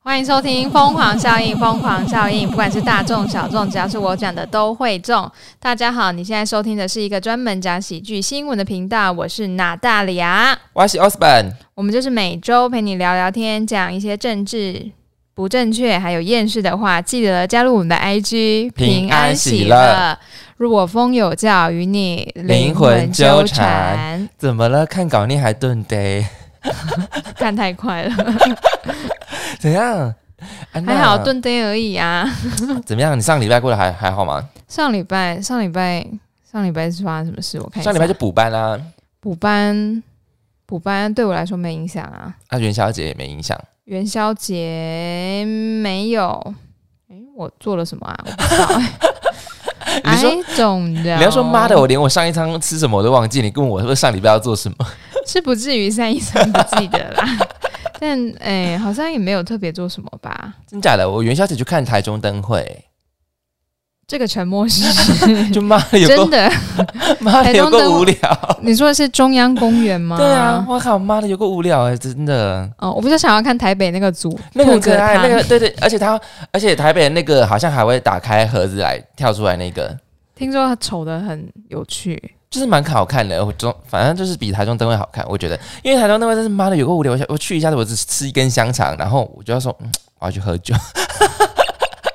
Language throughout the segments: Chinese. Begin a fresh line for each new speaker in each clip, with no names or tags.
欢迎收听《疯狂效应》，疯狂效应，不管是大众小众，只要是我讲的都会中。大家好，你现在收听的是一个专门讲喜剧新闻的频道，我是娜大里亚，
我是 Osborn，
我们就是每周陪你聊聊天，讲一些政治不正确还有厌世的话。记得加入我们的 IG，
平安喜乐。
如果风有教，与你
灵魂纠缠
灵魂纠缠，
怎么了？看稿念还顿呆，
看太快了，
怎样？安娜
还好顿呆而已啊。
怎么样？你上礼拜过得还还好吗？
上礼拜，上礼拜，上礼拜是发生什么事？我看一下
上礼拜就补班啦、啊，
补班，补班对我来说没影响啊。
元宵节也没影响。
元宵节没有，诶，我做了什么啊？我不知道、欸。
你说
哎，总的，
你要说妈的，我连我上一餐吃什么我都忘记，你问我说上礼拜要做什么？
是不至于三一三不记得啦， 但哎、好像也没有特别做什么吧。
真假的？我元宵节去看台中 灯会，
这个沉默是
就妈 的有
真
够
的，
妈的有
台中灯
够
会嗯
无聊。
你说的是中央公园吗？
对啊，。我靠，妈的有够无聊哎、真的。
哦，我比较想要看台北那个组，
那个很
兔
可
子
爱，
汤
那个对对，而且他而且台北的那个好像还会打开盒子来跳出来那个，
听说他丑的很有趣，
就是蛮好看的，我中反正就是比台中灯会好看，我觉得，因为台中灯会真是妈的有个无聊，我想我去一下子，我只吃一根香肠，然后我就要说，嗯，我要去喝酒，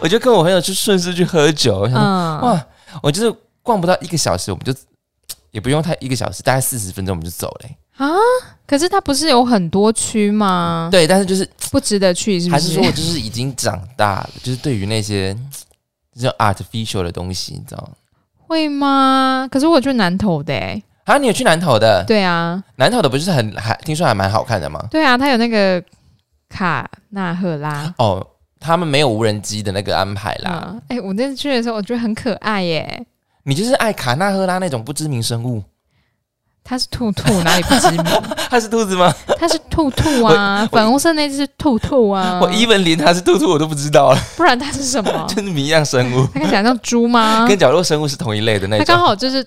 我就跟我朋友去顺势去喝酒，我想说、
嗯，
哇，我就是逛不到一个小时，我们就也不用太一个小时，大概四十分钟我们就走了、欸
啊！可是它不是有很多区吗？，
对，但是就是
不值得去，嗯是不
还是
是？
说我就是已经长大了，就是对于那些这种 artificial 的东西，你知道吗？
会吗？可是我去南投的、欸，
啊，你有去南投的？
对啊，
南投的不是很还听说还蛮好看的吗？
对啊，它有那个卡纳赫拉。
哦，他们没有无人机的那个安排啦。
嗯，哎、我那次去的时候，我觉得很可爱耶、
你就是爱卡纳赫拉那种不知名生 物，
它是兔兔，哪里不知名？
它是兔子吗？
它是兔兔啊，粉红色那只是兔兔啊，
我一文连它是兔兔我都不知道， ？
不然它是什么
真的谜样生物，
它看起来像猪吗？
跟角落生物是同一类的那
它嗯刚
种。
好就是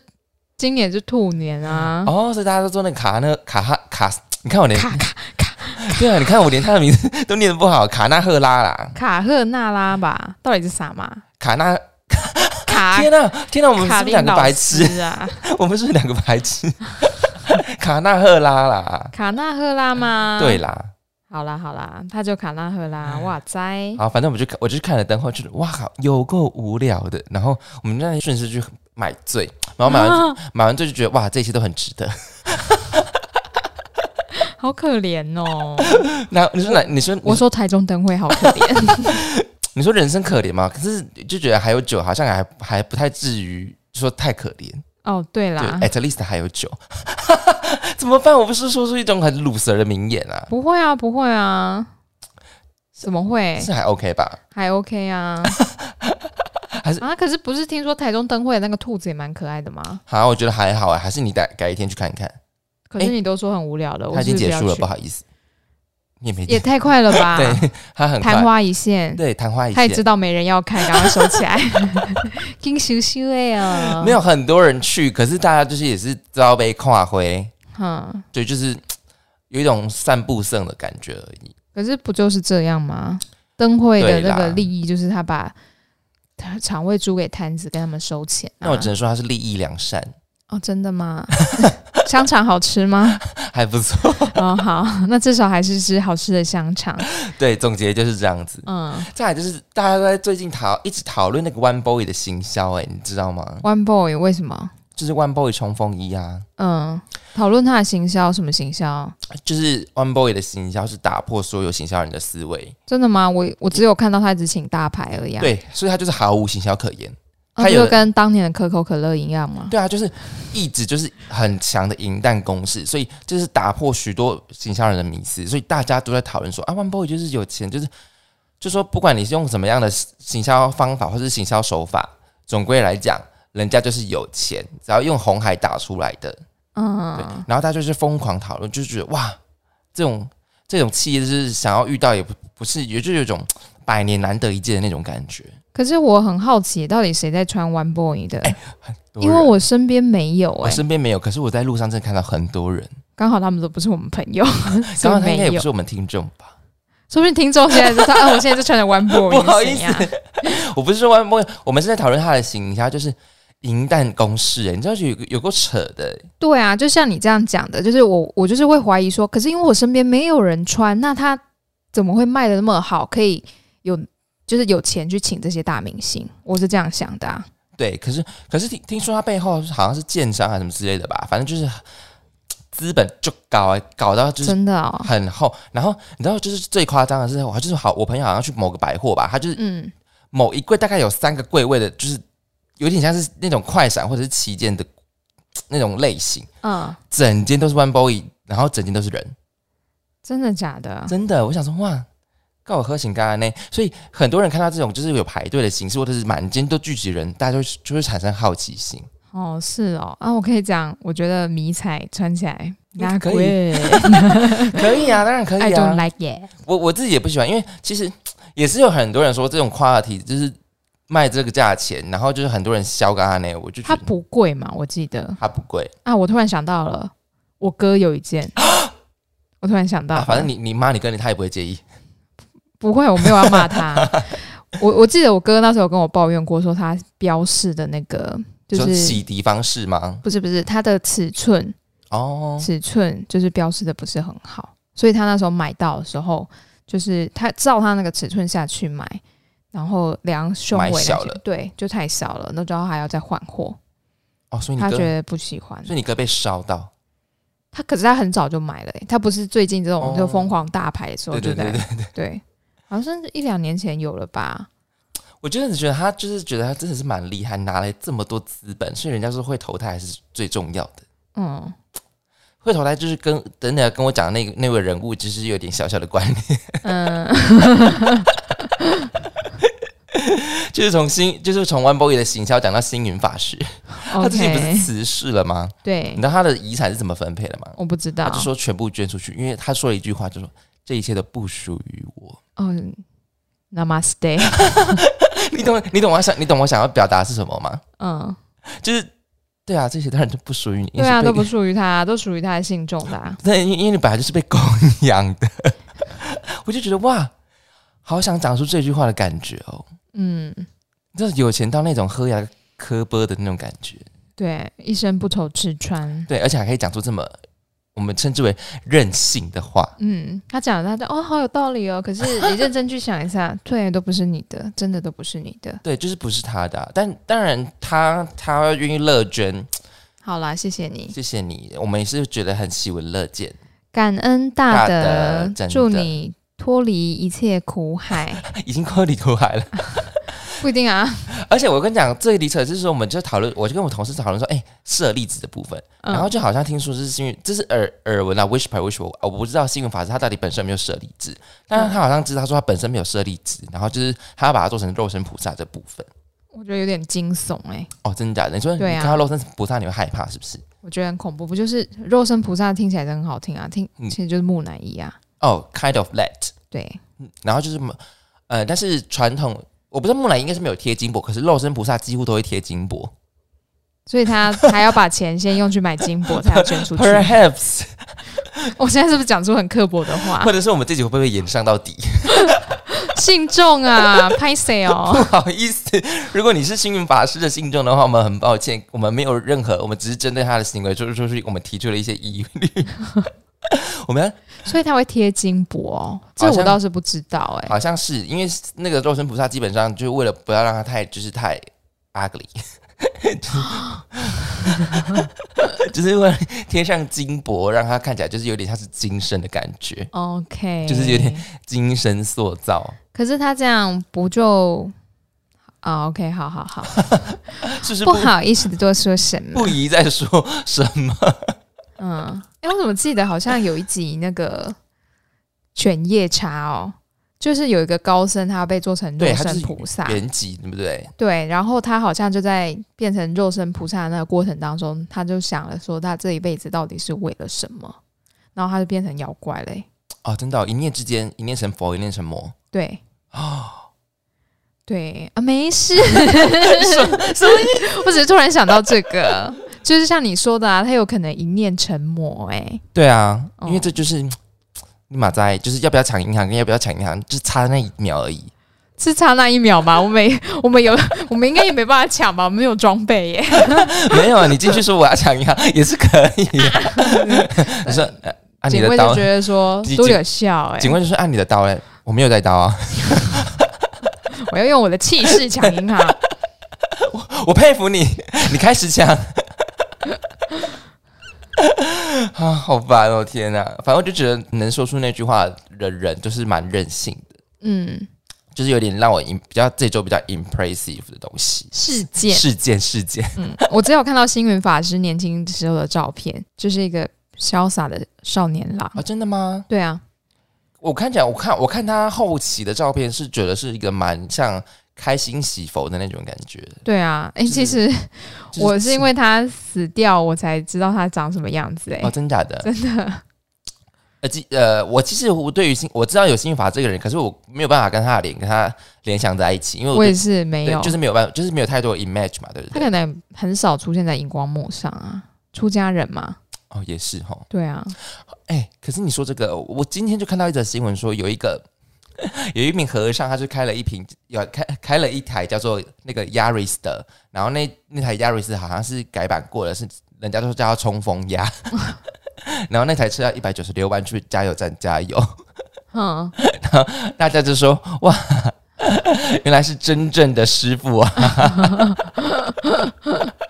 今年是兔年啊。
哦，所以大家都做那个卡那卡哈卡，你看我连
卡卡
对啊，你看我连它的名字都念得不好，卡纳赫拉啦，
卡赫纳拉吧，到底是啥嘛？
卡纳，
卡
天呐、天呐、我们是
啊卡林
不是两个
老
白痴？
师啊，
我们是不是两个白痴？ 卡纳赫拉啦，
卡纳赫拉吗？
对，啦，
好啦好啦，他就卡纳赫拉，哇塞！
哎好，反正我们就看我就去看了灯后，就是哇靠，有够无聊的。然后我们那顺势去买醉， 然后买完、
啊
买完醉就觉得哇，这一切都很值得。
好可怜 哦。
那你说哪？你说
我
我
说台中灯会好可 怜，
你说人生可怜吗？可是就觉得还有酒，好像还还不太至于说太可怜。
哦对
对
啦，
，at least 还有酒， 怎么办？我不是说出一种很 loser 的名言啊，
不会啊不会啊，怎么会？
是还 OK 吧？
还 OK 啊。
还是
啊，可是不是听说台中灯会的那个兔子也蛮可爱的吗？
好、我觉得还好啊，还是你改改一天去看看。
可是
诶
你都说很无聊了，我
它
是
已经
不是
结束了，
要去
不好意思，你也没
也太快了吧？
对，它很
昙
快，
花一现。
对，昙花一
他也
现
知。道没人要看，赶快收起 来。金修修哎呀，
没有很多人去，可是大家就是也是遭被跨回，
嗯，
对，就是嘖有一种散步剩的感觉而已。
可是不就是这样吗？灯会的
对啦
那个利益就是他把他场位租给摊子，跟他们收钱、啊。
那我只能说它是利益良善，
哦，真的吗？ 香肠好吃 吗？
还不错。
哦，好，那至少还是吃好吃的香肠。
对，总结就是这样子。
嗯
再来就是大家都在最近讨一直讨论那个 One Boy 的行销，哎，你知道吗？
，One Boy 为什么？
就是 One Boy 冲锋衣啊，
嗯，讨论他的行销，什么行销？
就是 One Boy 的行销是打破所有行销人的思维，
真的吗？我我只有看到他只请大牌而已、啊。，
对，所以他就是毫无行销可言。
那
他
不
有
就
的
跟当年的可口可乐一样吗？
对啊，就是一直就是很强的银弹攻势，所以就是打破许多行销人的迷思，所以大家都在讨论说啊，One Boy 就是有钱，就是就说不管你是用什么样的行销方法或是行销手法，总归来讲，人家就是有钱，只要用红海打出来的，对，
嗯，
然后大家就是疯狂讨论，就觉得哇，这种这种企业就是想要遇到也不不是，也就有一种百年难得一见的那种感觉。
可是我很好奇，到底谁在穿 One Boy 的？
很多
因为
人
我身边没有
哎我
哎、
身边没有，可是我在路上真的看到很多人。
刚好他们都不是我们朋友，所
刚
以
刚他应该
没
也不
有。
是我们听众吧？
说不定听众现在就说， 啊，我现在就穿着 One Boy，
不好意思
你是怎样
我不是说弯波，我们是在讨论他的行销，就是银弹公式、哎，你知道有有够扯的、哎
对啊，就像你这样讲的，就是我我就是会怀疑说，可是因为我身边没有人穿，那他怎么会卖的那么好，可以有就是有钱去请这些大明星？我是这样想的、啊。
对，可是可是听听说他背后好像是建商还是什么之类的吧，反正就是资本就搞啊搞到就是
真的哦，
很厚。然后你知道，就是最夸张的是，我就是好，我朋友好像去某个百货吧，他就是
嗯，
某一柜大概有三个柜位的，就是有点像是那种快闪或者是旗舰的那种类型，
嗯，
整间都是 One Boy，然后整间都是人，
真的假的？
真的，我想说哇。告我喝醒干呢，所以很多人看到这种就是有排队的形式，或者是满街都聚集人，大家就会就会产生好 奇心。
哦，是哦，啊，我可以讲，我觉得迷彩穿起来
嗯可以
贵
可以啊，当然可
，I
以
don't
啊。
like it。
我我自己也不喜欢，因为其实也是有很多人说这种 quality 就是卖这个价钱，然后就是很多人销干它呢，我就觉
它
得
不贵嘛，我记得
它不贵
啊，我突然想到了，我哥有一 件，我突然想到了、
啊。反正你你妈你跟你他也不会介意。
不会，我没有要骂他。 我我记得我哥那时候有跟我抱怨过，说他标示的那个就
你说
是
洗涤方式吗？
不是不是它的尺寸
哦，
尺寸就是标示的不是很好，所以他那时候买到的时候，就是他照他那个尺寸下去买，然后量胸围那
买
些
小了，
对，就太少了，那之后还要再换货，
哦，所以你
他觉
哥，所
得不喜欢。
以你哥被烧到，
他可是他很早就买了、欸，他不是最近这种
哦
就疯狂大牌的时候
对
就在
对对对。
对，好像是一两年前有了吧？
我真的觉得他就是觉得他真的是蛮厉害，拿来这么多资本，所以人家说会投胎还是最重要的。
嗯，
会投胎就是跟等等跟我讲的那个那位人物，其实有点小小的关联。
嗯，
就是从新，就是从 One Boy 的行销讲到星云法师，他最近不
OK
是辞世了吗？你
对
知，道他的遗产是怎么分配的吗？
我不知道
他就。说全部捐出去，因为他说了一句话，就说这一切都不属于我。
嗯，Namaste。
你懂你懂我想你懂我想要表达是什么吗？
嗯，
就是对啊，这些当然都不属于你，
对啊，
因为
都
是被
不属于他，都属于他的信众的、啊。
对，因为因为你本来就是被供养的。 我就觉得哇，好想讲出这句话的感觉哦，
嗯，
你知道有钱到那种喝牙磕巴的那种感觉，
对，一生不愁吃穿。
对，而且还可以讲出这么我们称之为任性的话。
嗯，他讲的他就哦，好有道理哦。 可是你认真去想一下，对，都不是你的，真的都不是你的。
对，就是不是他的啊、但当然他他愿意乐捐，
好啦，谢谢你，
谢谢你，我们也是觉得很喜闻乐见。
感恩大德
大，德
祝
真的
你脱离一切苦海。
已经脱离苦海了，
不一定 啊，
而且我跟你讲，最离扯的是说，我们就讨论，我就跟我同事讨论说，哎、舍利子的部分，
嗯
然后就好像听说是幸运，这是耳耳闻啊，wish by wish，我我不知道幸运法师他到底本身有没有舍利子，但是他好像知道说他本身没有舍利子，然后就是他要把它做成肉身菩萨这部分。
我觉得有点惊悚哎、
哦，真的假的？你说你
对啊
看到肉身菩萨你会害怕是不是？
我觉得很恐怖。不就是肉身菩萨听起来是很好听啊，听
嗯
其实就是木乃伊啊。
哦、k i n d of that。
对，
然后就是呃，但是传统我不知道木乃伊应该是没有贴金箔，可是肉身菩萨几乎都会贴金箔。
所以他还要把钱先用去买金箔，才要捐 出去。
Perhaps，
我现在是不是讲出很刻薄的话
或？者是我们这集会不会演上到底？
信众 啊，拍谁哦？
不好意思，如果你是星云法师的信众的话，我们很抱歉，我们没有任何，我们只是针对他的行为，就是说是我们提出了一些疑虑。 我们
所以他会贴金箔哦，这
好
我
像
倒是不知道哎、
好像是因为那个肉身菩萨基本上就是为了不要让他太就是太 ugly，就是就是会贴上金箔，让他看起来就是有点像是精神的感觉，
OK，
就是有点。精神塑造，
可是他这样不就啊？OK，好好好，
是不是
不
不
好意思的多说什么。
不宜再说什么？
嗯，哎、我怎么记得好像有一集那 个犬夜叉哦，就是有一个高僧他被做成肉
对，他就
身
是
菩萨，
原籍，对不对？
对，然后他好像就在变成肉身菩萨的那个过程当中，他就想了说，他这一辈子到底是为了什么？然后他就变成妖怪嘞、
哦，真的哦、一念之间，一念成佛，一念成魔。
对，
哦
对啊，没事，
什么
我只是突然想到这个，就是像你说的啊，他有可能一念成魔、欸，哎，
对啊，因为
哦
这就是、你立马在就是要不要抢银行跟要不要抢银行，就差那一秒而已。
是差那一秒吗？我们也我们有我们应该也没办法抢吧？我们没有装备耶。
没有，啊，你进去说我要抢银行也是可 以、啊。你说呃 啊，你
警
的
卫
刀
就，觉得说
你
都有笑哎、
警卫就说啊，你的刀嘞，我没有带刀啊，
我要用我的气势抢银行。
我佩服你，你开始抢。 啊，好烦哦！天哪，反正我就觉得能说出那句话的人，就是蛮任性的，
嗯，
就是有点让我 im- 比较这周比较 impressive 的东西。
事件，
事件，事件，
嗯，我只有看到星云法师年轻时候的照片，就是一个潇洒的少年郎。
啊，真的吗？
对啊，
我看起来，我看我看他后期的照片，是觉得是一个蛮像开心喜佛的那种感觉。
对啊，哎、
就是
其实
就
我是因为他死掉，我才知道他长什么样子、诶欸
哦，真假的，真的。呃，其呃，我其实我对于心我知道有心法这个人，可是我没有办法跟他的脸跟他联想在一起，因为我
我也
对
是没有，
对就是没有办法，就是没有太多的 image 嘛，对不
他
对？
可能很少出现在荧光幕上啊，出家人嘛。
哦，也是哈。
对啊，
哎、可是你说这个，我今天就看到一则新闻说，有一个 有一名和尚，他就开了一瓶，有开开了一台叫做那个 Yaris 的，然后那那台 Yaris 好像是改版过了，是人家都叫它冲锋鸭，然后那台车要一百九十六万去加油站加油，
嗯，
大家就说哇， 原来是真正的师傅啊，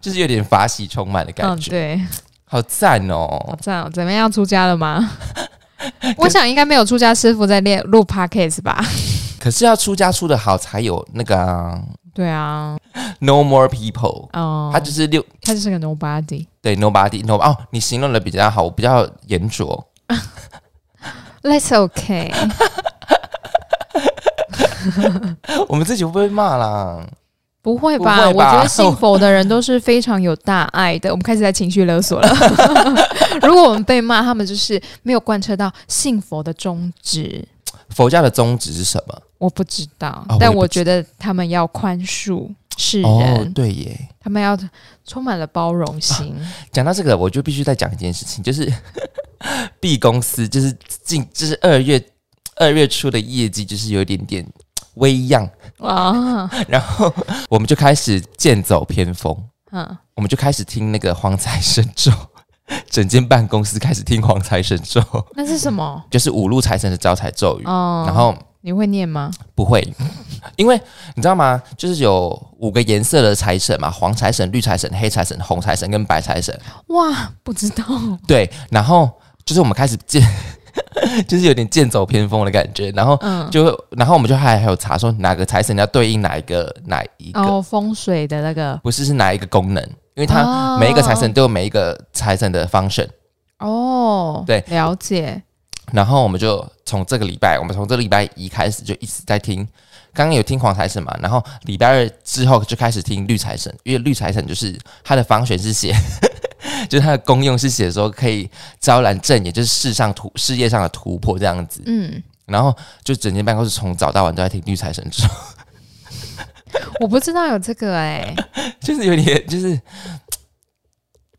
就是有点法喜充满的感
嗯，
觉，
对，
好赞
好
哦！
赞哦！怎么样，出家了吗？ 我想应该没有出家师傅在练录 podcast 吧？
可是要出家出的好才有那个啊、
对啊，
No more people，、
哦，
他就是六
他就是个 nobody。
对 nobody no 哦，你形容的比较好，我比较严着。
That's okay 。
我们自己会不会被骂啦？
不会
不
吧？
会
我
吧
觉得信佛的人都是非常有大爱的。我们开始在情绪勒索了。 如果我们被骂，他们就是没有贯彻到信佛的宗旨。
佛教的宗旨是什么？
我不知道，
哦我也
但
不
我
知
觉得他们要宽恕世人，
哦，对耶。
他们要充满了包容 心。
讲到这个，我就必须再讲一件事情，就是 B 公司就是近就是二月二月初的业绩就是有一点点微恙，
啊，
然后我们就开始剑走偏锋，
嗯，
我们就开始听那个黄财神咒，整间办公室开始听黄财神咒，
那是什么？
就是五路财神的招财咒语。
哦，
然后
你会念吗？
不会， 因为你知道吗？就是有五个颜色的财神嘛，黄财神、绿财神、黑财神、红财神跟白财神。
哇，不知道，
对，然后就是我们开始见， 就是有点剑走偏锋的感觉。然后
嗯，
就会，然后我们就还还有查说哪个财神要对应哪一个哪一个，
哦，风水的那个，
不是是哪一个功能，因为它
哦
每一个财神都有每一个财神的 function。
哦，
对
了解，
然后我们就从这个礼拜，我们从这个礼拜一开始就一直在听，刚刚有听黄财神嘛，然后礼拜二之后就开始听绿财神，因为绿财神就是它的方选是写， 就是它的功用是写说可以招揽正也就是世上突事业上的突破这样子。
嗯，
然后就整间办公室从早到晚都在听绿财神咒，
我不知道有这个 哎、
就是有点就是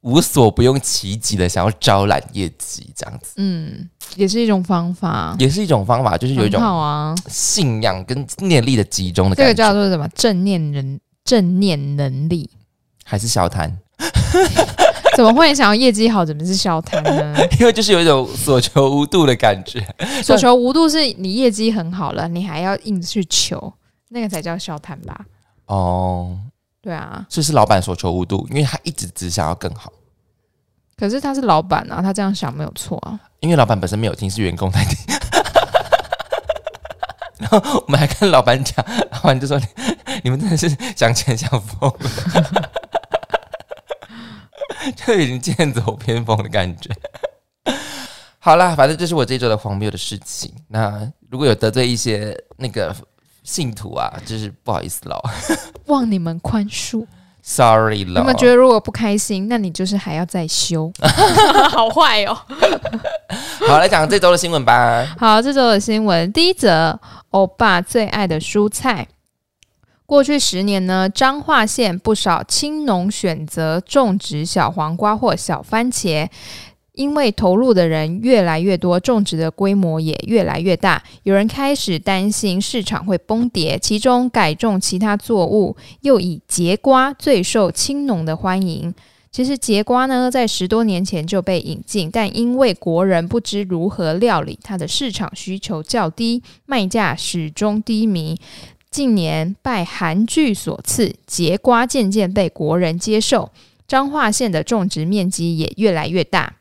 无所不用其极的想要招揽业绩这样子，
嗯，也是一种方法，
也是一种方法，就是有一
很
种
好啊，
信仰跟念力的集中的
这
感
个
觉。
叫做什么？正念人，正念能力。
还是小谈，
怎么会想要业绩好？怎么是消摊 呢？
因为就是有一种所求无度的感觉。
所求无度是你业绩很好了，你还要硬去求，那个才叫消摊吧？
哦，
对啊，
所以是老板所求无度，因为他一直只想要更好，
可是他是老板啊，他这样想没有错啊。
因为老板本身没有听，是员工在听。 然后我们还跟老板讲，老板就说 你：“你们真的是想钱想疯了， 就已经剑走偏锋的感觉。”好啦，反正这是我这一周的荒谬的事情。那如果有得罪一些那个信徒啊，就是不好意思喽。
望你们宽恕。
Sorry 了，
你们觉得如果不开心，那你就是还要再修， 好坏哦。
好，来讲这周的新闻吧。
好，这周的新闻第一则，欧巴最爱的蔬菜。过去十年呢，彰化县不少青农选择种植小黄瓜或小番茄，因为投入的人越来越多，种植的规模也越来越大，有人开始担心市场会崩跌。其中改种其他作物，又以节瓜最受青农的欢迎。其实节瓜呢，在十多年前就被引进，但因为国人不知如何料理，它的市场需求较低，卖价始终低迷。近年拜韩剧所赐，节瓜渐渐被国人接受，彰化县的种植面积也越来越大。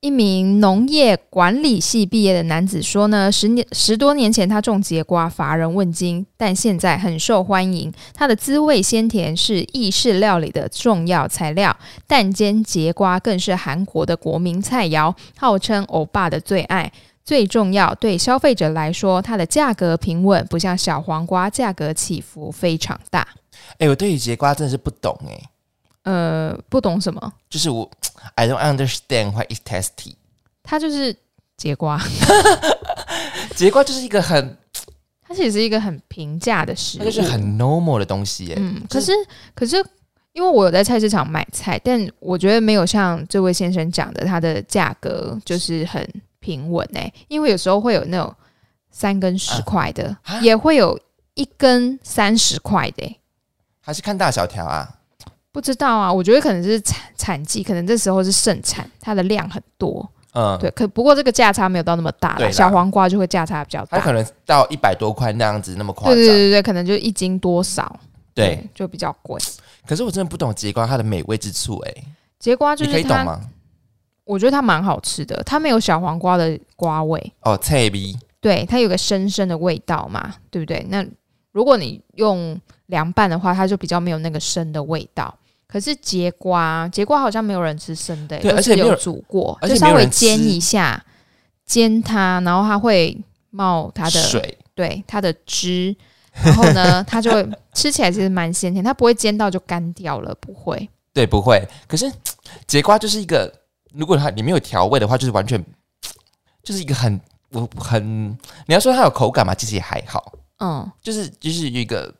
一名农业管理系毕业的男子说呢，十年十多年前他种节瓜乏人问津，但现在很受欢迎。它的滋味鲜甜是意式料理的重要材料，蛋煎节瓜更是韩国的国民菜肴，号称欧巴的最爱。最重要，对消费者来说，它的价格平稳，不像小黄瓜价格起伏非常大。
哎、我对于节瓜真的是不懂哎、
呃，不懂什么，
就是我 I don't understand why it's tasty。
它就是节瓜，
节瓜就是一个很，
它其实是一个很平价的食物，
它就是很 normal 的东西耶、哎
嗯，可是可是因为我有在菜市场买菜，但我觉得没有像这位先生讲的，它的价格就是很平稳哎、因为有时候会有那种三根十块的，
啊
也会有一根三十块的、欸。
还是看大小条啊。
不知道啊，我觉得可能是产产季，可能这时候是盛产，它的量很多。
嗯，
对，可不过这个价差没有到那么大啦，
对啦
小黄瓜就会价差比较
它
大。
可能到一百多块那样子那么夸
对
张。
对对对，可能就一斤多少，
对，
就比较贵。
可是我真的不懂节瓜它的美味之处哎、
节瓜就
你可
是
以懂
它，
吗？
我觉得它蛮好吃的，它没有小黄瓜的瓜味。
哦，菜逼
对，它有个深深的味道嘛，对不对？那如果你用凉拌的话，它就比较没有那个生的味道。可是节瓜，节瓜好像没有人吃生的、欸，
对
都
而
是
且没有
有
人
煮过，
而
就
且没
稍
有
微
人
煎
吃
一下，煎它，然后它会冒它的
水
对它的汁，然后呢，它就会 吃起来其实蛮鲜甜，它不会煎到就干掉了，不会。
对不会。可是节瓜就是一个，如果它你没有调味的话，就是完全就是一个很我很你要说它有口感嘛，其实也还好，
嗯，
就是就是一个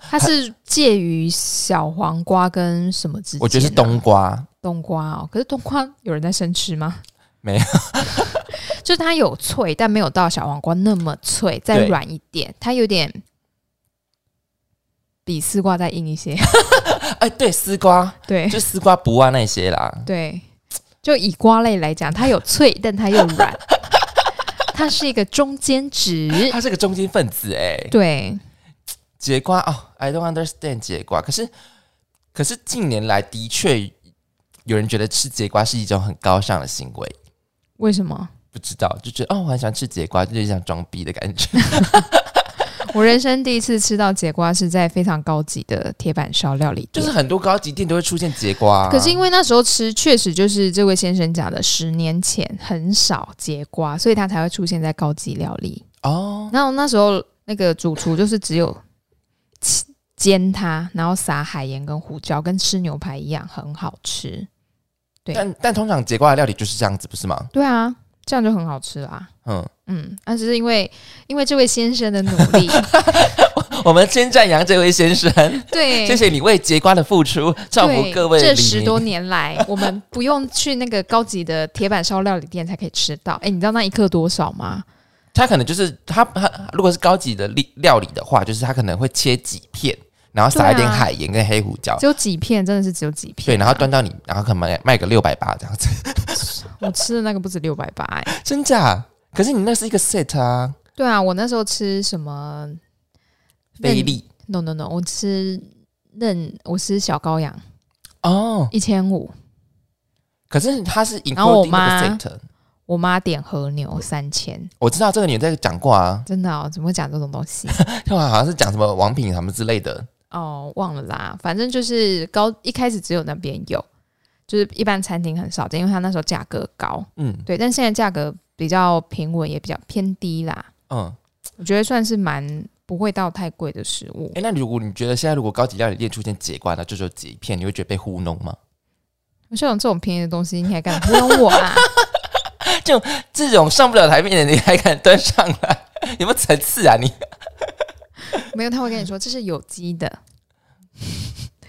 它是介于小黄瓜跟什么之间啊、
我觉得是冬瓜，
冬瓜哦，可是冬瓜有人在生吃吗？
没有，
就是它有脆，但没有到小黄瓜那么脆，再
对
软一点，它有点比丝瓜再硬一 些。
哎，对，丝瓜
对
就丝瓜不啊那些啦，
对，就以瓜类来讲，它有脆，但它又软，它是一个中间值。
它是个中间分子哎、
对，
节瓜哦，I don't understand 节瓜，可是可是近年来的确有人觉得吃节瓜是一种很高尚的行为。
为什么？
不知道，就觉得哦，我很喜欢吃节瓜，就是想装逼的感觉。
我人生第一次吃到节瓜是在非常高级的铁板烧料理
就
店
是。很多高级店都会出现节瓜、啊
可是因为那时候吃确实就是这位先生讲的，十年前很少节瓜，所以它才会出现在高级料理。
哦，
然后那时候那个主厨就是只有切煎它，然后撒海盐跟胡椒，跟吃牛排一样，很好吃。对
但但通常节瓜的料理就是这样子，不是吗？
对啊，这样就很好吃啦。
嗯，
嗯，那、只是因为因为这位先生的努 力，
我们先赞扬这位先生，
对，
谢谢你为节瓜的付出，造福
对
各位
这
黎
十
明
多年来，我们不用去那个高级的铁板烧料理店才可以吃到。哎，你知道那一克多少吗？
他可能就是他他如果是高级的料料理的话，就是他可能会切几片，然后撒一
对
点
啊
海盐跟黑胡椒。
只有几片，真的是只有几
对，
片。啊
然后端到你，然后可能卖卖个六百八这样子，
我吃的那个不止六百八，哎，
真假？可是你那是一个 set 啊，
对啊，我那时候吃什么
菲
嫩
力
？No No No，我吃嫩，我吃小羔羊
哦。
一千五，
可是它是 including
然后我妈
那个 set，
我妈点和牛三千，
我知道这个你有在讲过啊，
真的哦，怎么会讲这种东西？
他好像是讲什么王品什么之类的。
哦，忘了啦，反正就是高一开始只有那边有，就是一般餐厅很少见，因为它那时候价格高，
嗯
对，但现在价格比较平稳，也比较偏低啦，
嗯，
我觉得算是蛮不会到太贵的食物
哎、。那如果你觉得现在如果高级料理店出现节瓜，那就只有节片，你会觉得被糊弄吗？
我像这种便宜的东西，你还敢糊弄我 啊？
这种上不了台面的，你还敢端上来？ 有没有层次啊你？
没有，他会跟你说这是有机的，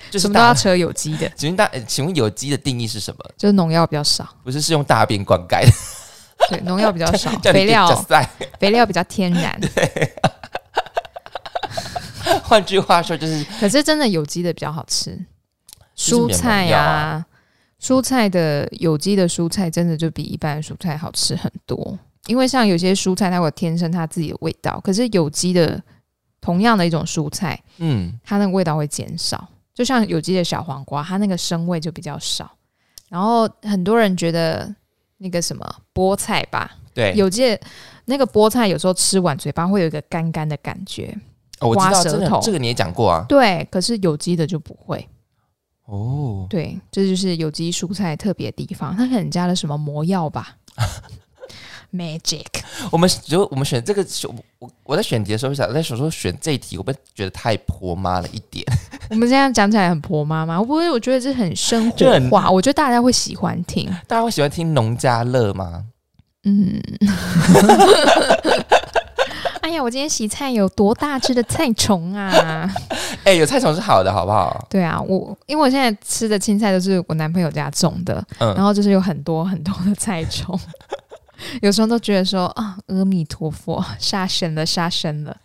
就是
什么都要
大。
扯有机的，
请问大，呃请问有机的定义是什么？
就是农药比较少，
不是是用大便灌 溉的，，
对，农药比较少
叫你
肥料
比较赛。
肥料比较天 然，
换句话说，就是
可是真的有机的比较好吃，
就
蔬
是
菜
免农药
啊
啊，
蔬菜的有机的蔬菜真的就比一般的蔬菜好吃很多，因为像有些蔬菜它会有天生它自己的味道，可是有机的同样的一种蔬菜，
嗯，
它那个味道会减少，就像有机的小黄瓜，它那个生味就比较少。然后很多人觉得那个什么菠菜吧，
对，
有机的那个菠菜有时候吃完嘴巴会有一个干干的感觉，
哦我知
刮
道，
舌
真的
头
这个你也讲过啊。
对，可是有机的就不会。
哦，
对，这就是有机蔬菜特别的地方，它可能加了什么魔药 吧，magic。
我们就我们选这个，我我我在选题的时候想，在想说选这一题，我们觉得太婆妈了一点，
我们这样讲起来很婆妈吗？不会，我觉得这很生
这
活
很
化，我觉得大家会喜欢听。
大家会喜欢听农家乐吗？
嗯，哎呀，我今天洗菜有多大只的菜虫啊！
哎、有菜虫是好的，好不好？
对啊，我因为我现在吃的青菜都是我男朋友家种的，
嗯
然后就是有很多很多的菜虫， 有时候都觉得说啊，阿弥陀佛，杀生了，杀生了。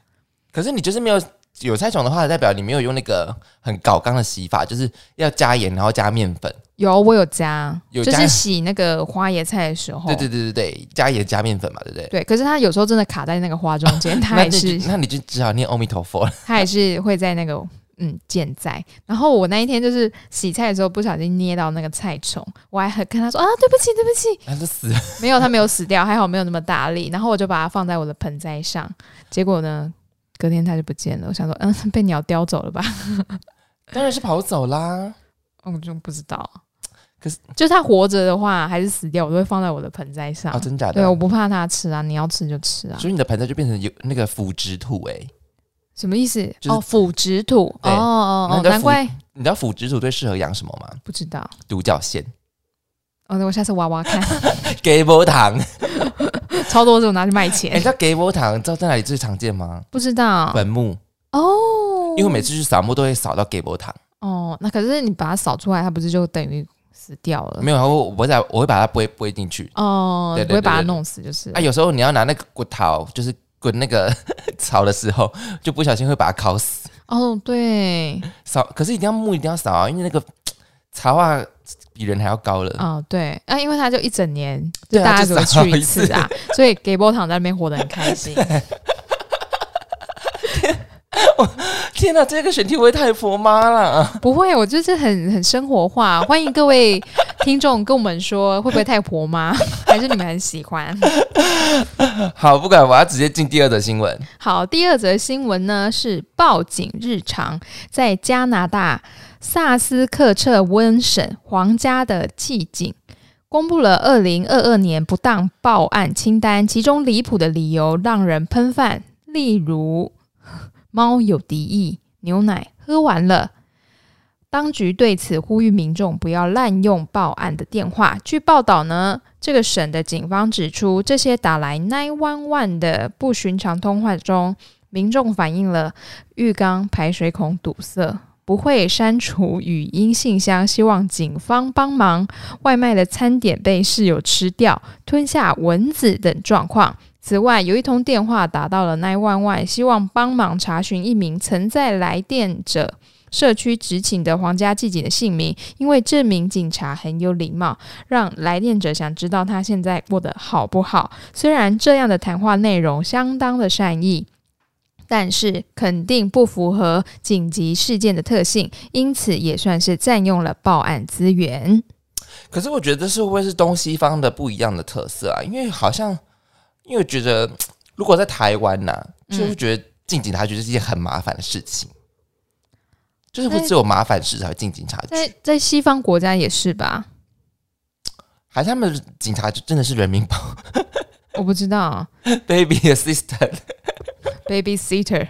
可是你就是没有有菜虫的话，代表你没有用那个很搞刚的洗法，就是要加盐，然后加面粉。
有，我有加，
有
就
加
是洗那个花椰菜的时候，
对对对对对，加盐加面粉嘛，对不对？
对可是它有时候真的卡在那个花中 间，它
那
还
你就是那你就只好念阿弥陀佛了。
它还是会在那个嗯健在。然后我那一天就是洗菜的时候不小心捏到那个菜虫，我还很跟他说啊，对不起，对不起，
他 就死了，
没有，它没有死掉，还好没有那么大力。然后我就把它放在我的盆栽上，结果呢，隔天它就不见了。我想说，嗯， 被鸟叼走了吧？
当然是跑走啦。
嗯我就不知道。
可是，
就是它活着的话，还是死掉，我都会放在我的盆栽上。
啊，真假的？
对，我不怕它吃啊，你要吃就吃啊。
所以你的盆栽就变成有那个腐殖土哎、
什么意思？
就是
哦，腐殖土。哦
对
哦哦，
那叫
难怪
你知道腐殖土最适合养什么吗？
不知道。
独角仙、
哦，那我下次挖挖看，
给波糖。
超多这种拿去卖
哎、你
钱
知。道给波糖知道在哪里最常见吗？
不知道
坟墓，
哦，
因为我每次去扫墓都会扫到给波糖。
哦，那可是你把它扫出来，它不是就等于死掉了？
没有，我我会在我会把它拨拨进去。
哦，
对对
不会把它
对对对
弄死就是了
啊，。有时候你要拿那个骨头，就是滚那个 草的时候，就不小心会把它烤死。
哦， 对，
扫，可是一定要墓一定要扫啊，因为那个草啊比人还要高了。
哦，对，啊，因为他就一整年，
对
就
啊
大家
就
只会
少
去一
一
次
次
啊，所以 Gable 堂在那边活得很开 心。
天哪、这个选题我也太婆妈了。
不会，我就是很很生活化，欢迎各位听众跟我们说，会不会太婆妈， 还是你们很喜欢？
好，不管，我要直接进第二则新闻。
好，第二则新闻呢是报警日常，在加拿大萨斯克彻温省皇家的寂静。公布了二零二二年不当报案清单，其中离谱的理由让人喷饭，例如猫有敌意，牛奶喝完了。当局对此呼吁民众不要滥用报案的电话。据报道呢，这个省的警方指出，这些打来 nine one one 的不寻常通话中，民众反映了浴缸排水孔堵塞。不会删除语音信箱，希望警方帮忙。外卖的餐点被室友吃掉、吞下蚊子等状况。此外，有一通电话打到了 nine one one，希望帮忙查询一名曾在来电者社区执勤的皇家记警的姓名，因为这名警察很有礼貌，让来电者想知道他现在过得好不好。虽然这样的谈话内容相当的善意。但是肯定不符合紧急事件的特性，因此也算是占用了报案资源。
可是我觉得这是会不会是东西方的不一样的特色啊？因为好像，因为我觉得如果在台湾呐、
嗯
就会觉得进警察局是一件很麻烦的事情，就是会只有麻烦事才会进警察
在
局，
在西方国家也是吧？
还是他们警察局真的是人民保
我不知道
baby assistant，
，babysitter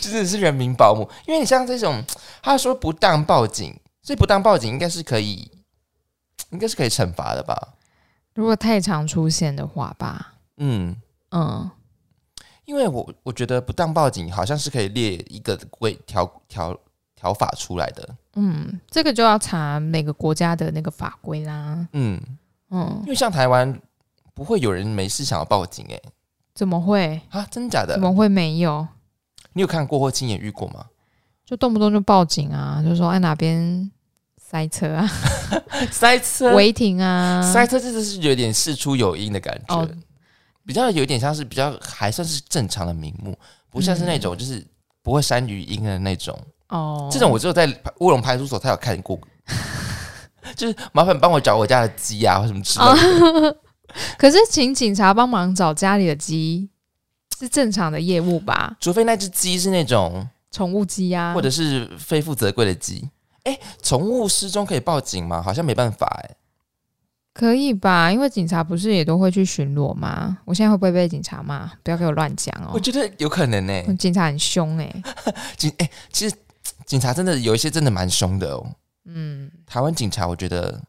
真的是人民保姆？因为你像这种，他说不当报警，所以不当报警应该是可以，应该是可以惩罚的吧？
如果太常出现的话吧，
嗯。
嗯，
因为我我觉得不当报警好像是可以列一个规条条条法出来的。
嗯，这个就要查每个国家的那个法规啦。
嗯，
嗯
因，为像台湾不会有人没事想要报警哎、
怎么会？
啊，真假的
怎？么会没有？
你有看过或亲眼遇过吗？
就动不动就报警啊，就说哎哪边塞车 啊、
塞车，
违停啊，
塞车真的是有点事出有因的感觉，
哦
比较有点像是比较还算是正常的名目，不像是那种就是不会删语音的那种。
哦，
这种我只有在乌龙派出所才有看过， 就是麻烦帮我找我家的鸡啊或什么之类的。
哦 可是请警察帮忙找家里的鸡是正常的业务吧？
除非那只鸡是那种，
宠物鸡啊，
或者是非富则贵的鸡。
嗯
哎、宠物失踪可以报警吗？好像没办法哎、
可以吧？因为警察不是也都会去巡逻吗？我现在会不会被警察骂？不要给我乱讲
我
哦！嗯
觉得有可能哎、
警察很凶哎、
警哎、其实警察真的有一些真的蛮凶的哦。
嗯，
台湾警察，我觉得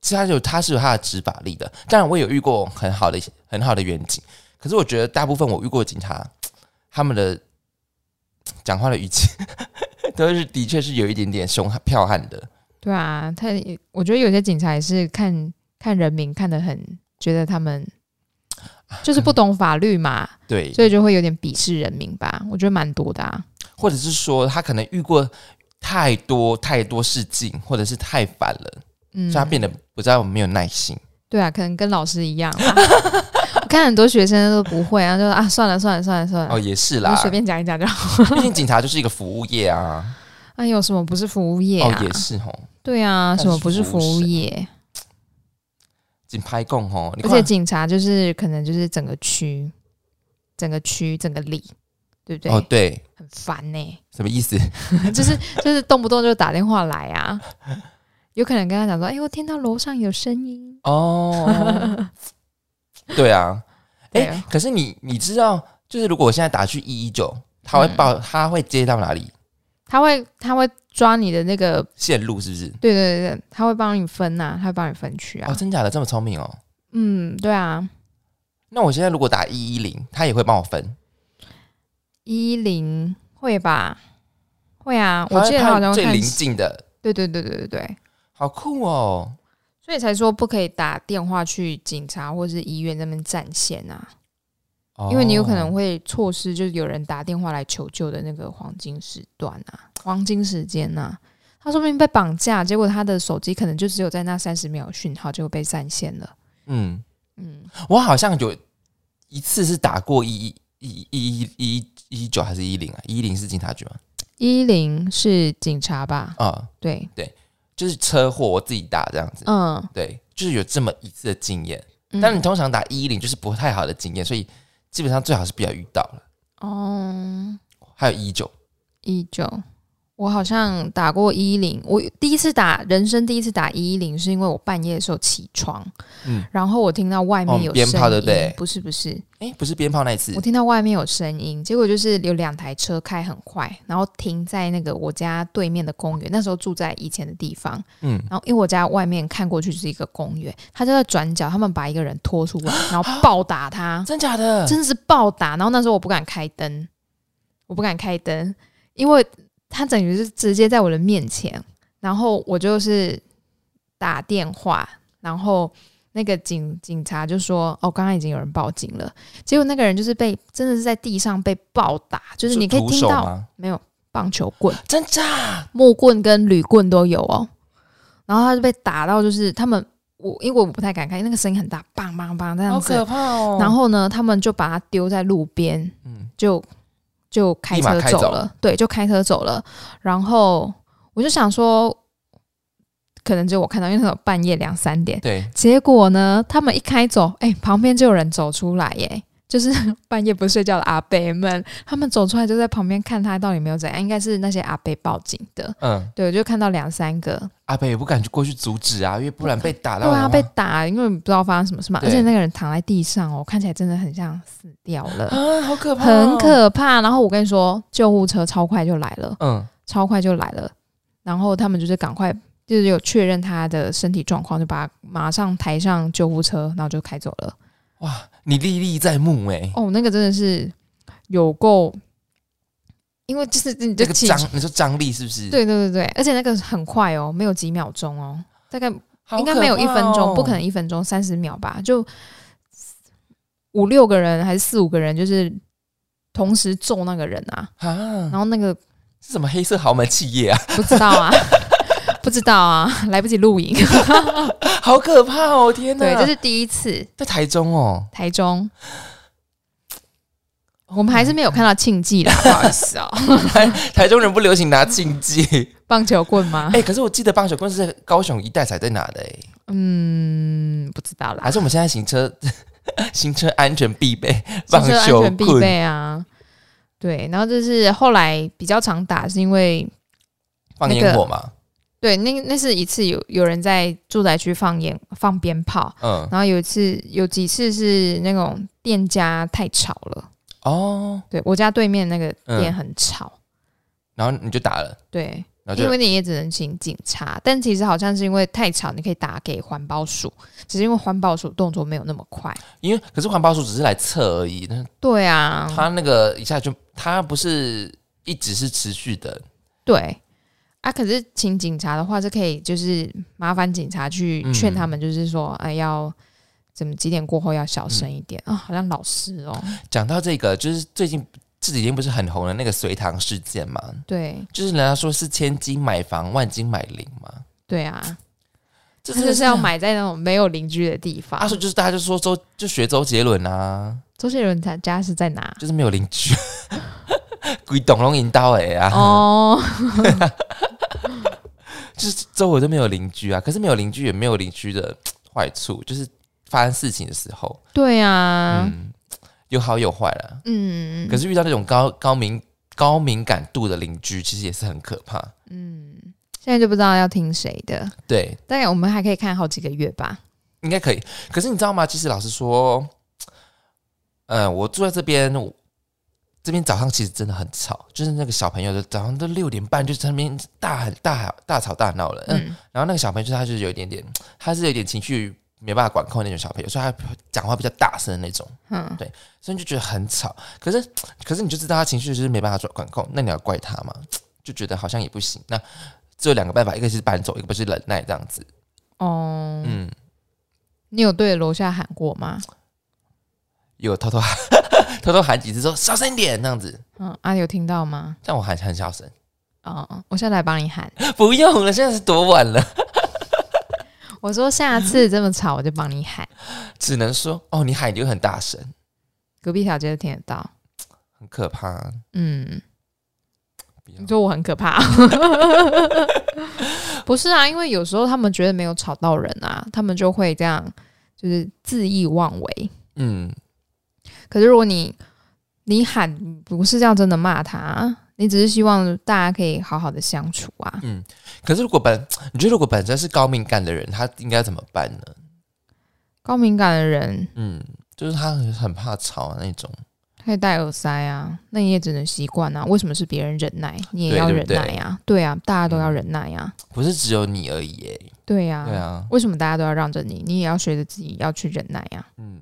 其实他有他是有他的执法力的。当然，我也有遇过很好的很好的远景，可是我觉得大部分我遇过的警察，他们的讲话的语气 都是的确是有一点点凶悍剽悍的。
对啊，他也我觉得有些警察也是看看人民看得很，觉得他 们就是不懂法律嘛，
对，
所以就会有点鄙视人民吧。我觉得蛮多的啊。
或者是说他可能遇过太多太多事情，或者是太烦了，
嗯
所以他变得不知道有没有耐心。
对啊，可能跟老师一样 啊。我看很多学生都不会啊，就说啊算了算了算了算了，
哦，也是
我就
啦，
随便讲一讲就好。
毕竟警察就是一个服务业啊。
哎，有什么不是服务 业啊
哦，？也是吼，
对啊，
那
什么不是
是
服
服务
务
生
业？
警拍供吼，你
而
看
且警察就是可能就是整个区、整个区、整个里，对不对？
哦，对，
很烦欸呢、
什么意思？
就是就是动不动就打电话来啊，有可能跟他讲说：“哎、我听到楼上有声音。
哦， 对啊，哎、
对啊
可是你你知道，就是如果我现在打去一一九，他会
嗯
报，他会接到哪里？”
他会他会抓你的那个，
线路是不是？
对对对对，他会帮你分呐、他会帮你分区啊。
哦，真假的这么聪明哦？
嗯，对啊，
那我现在如果打一一零，他也会帮我分。
一零会吧？会啊，
他
我
会
记得他
判
好像
最
看
临，近的，
对对对对对对，
好酷哦！
所以才说不可以打电话去警察或是医院那边占线啊。
哦
因为你有可能会错失，就是有人打电话来求救的那个黄金时段啊，黄金时间呐、他说不定被绑架，结果他的手机可能就只有在那三十秒讯号，结果被占线了。
嗯，
嗯，
我好像有一次是打过一一一一一一九还是一零啊？一零是警察局吗？
一零是警察吧？
啊、
对，
就是车祸我自己打这样子。
嗯，
对，就是有这么一次的经验。
嗯
但你通常打一一零就是不太好的经验，所以基本上最好是不要遇到了。
哦，
还有一九，
一九，我好像打过一零，我第一次打人生第一次打一零，是因为我半夜的时候起床，
嗯
然后我听到外
哦
面有
鞭
声
炮对
音，
不对
不是不是，
哎，不是鞭炮那一次
我，听到外面有声音，结果就是有两台车开很快，然后停在那个我家对面的公园。那时候住在以前的地方，
嗯，
然后因为我家外面看过去就是一个公园，他就在转角，他们把一个人拖出来，然后暴打他，
真假的？
真的是暴打。然后那时候我不敢开灯，我不敢开灯，因为他等于是直接在我的面前，然后我就是打电话，然后那个警警察就说：“哦，刚刚已经有人报警了。”结果那个人就是被真的是在地上被暴打，就是你可以
徒
听
手
到
吗？
没有棒球棍、
真假？
木棍跟铝棍都有哦，然后他就被打到就是他们。我因为我不太敢看，因为那个声音很大，棒棒棒这样
好
子，
可怕哦！
然，后呢，他们就把他丢在路边，
嗯，
就就开
立马
车
开
走
走
了，对，就开车走了。然后我就想说，可能只有我看到，因为那种半夜两三点。
对，
结果呢，他们一开走，哎、旁边就有人走出来耶，就是 半夜不睡觉的阿伯们，他们走出来就在旁边看他到底有没有怎样，应该是那些阿伯报警的。
嗯，
对，我就看到两三个，
阿北也不敢去过去阻止啊，因为不然被打到
对
的话。
啊，被打，因为不知道发生什么事嘛，
对
而且那个人躺在地上哦，看起来真的很像死掉 了。
啊，好可怕、
很。可怕。然后我跟你说，救护车超快就来了，
嗯，
超快就来了。然后他们就是赶快，就是有确认他的身体状况，就把他马上抬上救护车，然后就开走了。
哇，你历历在目哎、
哦，那个真的是有够因为就是你
这
就
个
起
张，你说张力是不是？，
对对对对，而且那个很快哦，没有几秒钟哦，大概应该没有
哦
一分钟，不可能。一分钟，三十秒吧，就五六个人还是四五个人，就是同时揍那个人啊，
啊！
然后那个
是什么黑色豪门企业啊？
不知道啊， 不知道啊，来不及录影，
好可怕哦！天哪，
对，这是第一次
在台中哦。
台中。我们还是没有看到庆忌 啦，不好意思哦。
台台中人不流行拿竞技，
棒球棍吗
哎、？可是我记得棒球棍是高雄一带才在拿的、哎，
嗯，不知道啦
还。是我们现在行车 行车安全必备
行
棒
车安
球
全必
棍，
备啊。对，然后就是后来比较常打，是因为
放烟火嘛，
对那那是一次有有人在住宅区放烟放鞭炮，
嗯，
然后有一次有几次是那种店家太吵了，
哦，
对我家对面那个店
嗯
很吵，
然后你就打了，
对，
然后
因
就
为你也只能请警察，但其实好像是因为太吵，你可以打给环保署，只是因为环保署动作没有那么快。
因为可是环保署只是来测而已，那
对啊，
他那个一下就他不是一直是持续的，
对啊，可是请警察的话是可以，就是麻烦警察去
嗯
劝他们，就是说，哎、要怎么几点过后要小声一点啊、
嗯
好像老师哦，
讲到这个，就是最近这几天不是很红的那个隋唐事件嘛，
对
就是人家说是千金买房，万金买邻嘛，
对啊，
这
他
真的
就是要买在那种没有邻居的地方
啊，。说就是大家就说周就学周杰伦啊，
周杰伦他家是在哪？
就是没有邻居， 鬼懂龙引刀哎啊，
哦，
就是周围都没有邻居啊。可是没有邻居也没有邻居的坏处，就是发生事情的时候，
对啊，
嗯，有好有坏啦。
嗯，
可是遇到那种高高敏高敏感度的邻居，其实也是很可怕。
嗯现在就不知道要听谁的，
对，
大概我们还可以看好几个月吧。
应该可以。可是你知道吗？其实老实说，呃，我住在这边，我这边早上其实真的很吵，就是那个小朋友的早上都六点半就在那边大喊大喊大吵大闹了。嗯，
嗯，
然后那个小朋友就是他就是有一点点，他是有点情绪没办法管控的那种小朋友，所以他讲话比较大声的那种，
嗯
所以你就觉得很吵。可是可是你就知道他情绪就是没办法管控，那你要怪他嘛？就觉得好像也不行。那只有两个办法，一个是搬走，一个不是忍耐这样子。
哦，
嗯，
你有对楼下喊过吗？
有偷偷 偷偷喊几次说小声一点这样子，
嗯，啊，有听到吗？
但我喊很小声，
哦，我下来帮你 喊。
不用了，现在是多晚了，
我说下次这么吵，我就帮你喊，
只能说哦，你喊你就很大声，
隔壁小街都听得到。
很可怕、啊
嗯，
不要
你说我很可 怕？不是啊，因为有时候他们觉得没有吵到人啊，他们就会这样，就是恣意妄为。
嗯，
可是如果你你喊不是要真的骂他，啊你只是希望大家可以好好的相处啊。
嗯，可是如果本你觉得如果本身是高敏感的人，他应该怎么办呢？
高敏感的人
嗯，就是他很很怕吵啊那种，
可以戴耳塞啊，那你也只能习惯啊。为什么是别人忍耐，你也
对
要
对
忍
不
耐
对
啊？对啊，大家都要忍耐啊。
不是只有你而已耶。
对呀、
对啊，
为什么大家都要让着你？你也要学着自己要去忍耐啊呀、
嗯，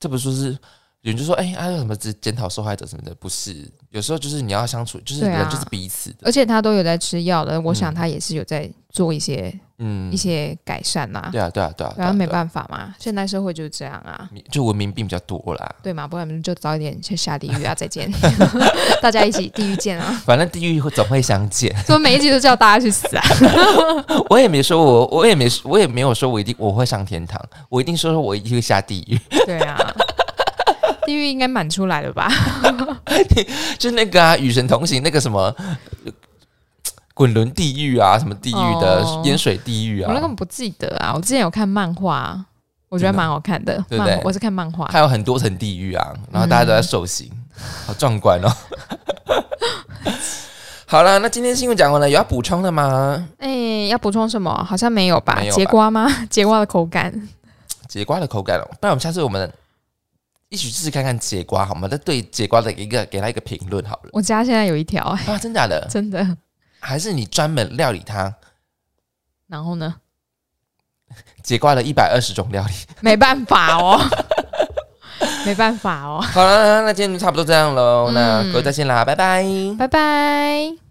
这不说是有人就说，哎、啊有什么只检讨受害者什么的，不是，有时候就是你要相处，就是
对啊
人就是彼此的，
而且他都有在吃药了，我想
嗯
他也是有在做一些、
嗯
一，些改善啦、
对啊，对啊，对啊，对
然
啊，
后没
对啊
办法嘛，现代社会就是这样啊，
就文明病比较多啦。
对嘛？不然我们就早一点去下地狱啊！再 见，大家一起地狱见啊！
反正地狱会总会相见。
所以每一集都叫大家去死啊！
我也没说我，我也没，我也没有说我一定我会上天堂，我一定说说我一定会下地狱。
对啊，地狱应该满出来了吧？
就那个啊，《与神同行》那个什么呃滚轮地狱啊，什么地狱的、
哦
淹水地狱
我那根
啊，
本不记得啊，我之前有看漫画啊、我觉得
真的
蛮好看的。
对不
漫画
对
我是看漫画，
还有很多层地狱啊，然后大家都在受刑，好壮观 哦。好了，那今天新闻讲完了，有要补充的吗？
哎、要补充什么？好像没有吧？
没有吧
节瓜吗？ 节瓜的口感。
节瓜的口感哦，不然我们下次我们一起试试看看节瓜好吗？再对节瓜的一个给他一个评论好了。
我家现在有一条、 哎
啊，真假的？
真的。
还是你专门料理它？
然后呢？
结瓜了一百二十种料理，
没办法哦，没办法哦，
好了，那今天就差不多这样喽，那
嗯
各位再见啦，拜拜。
拜拜。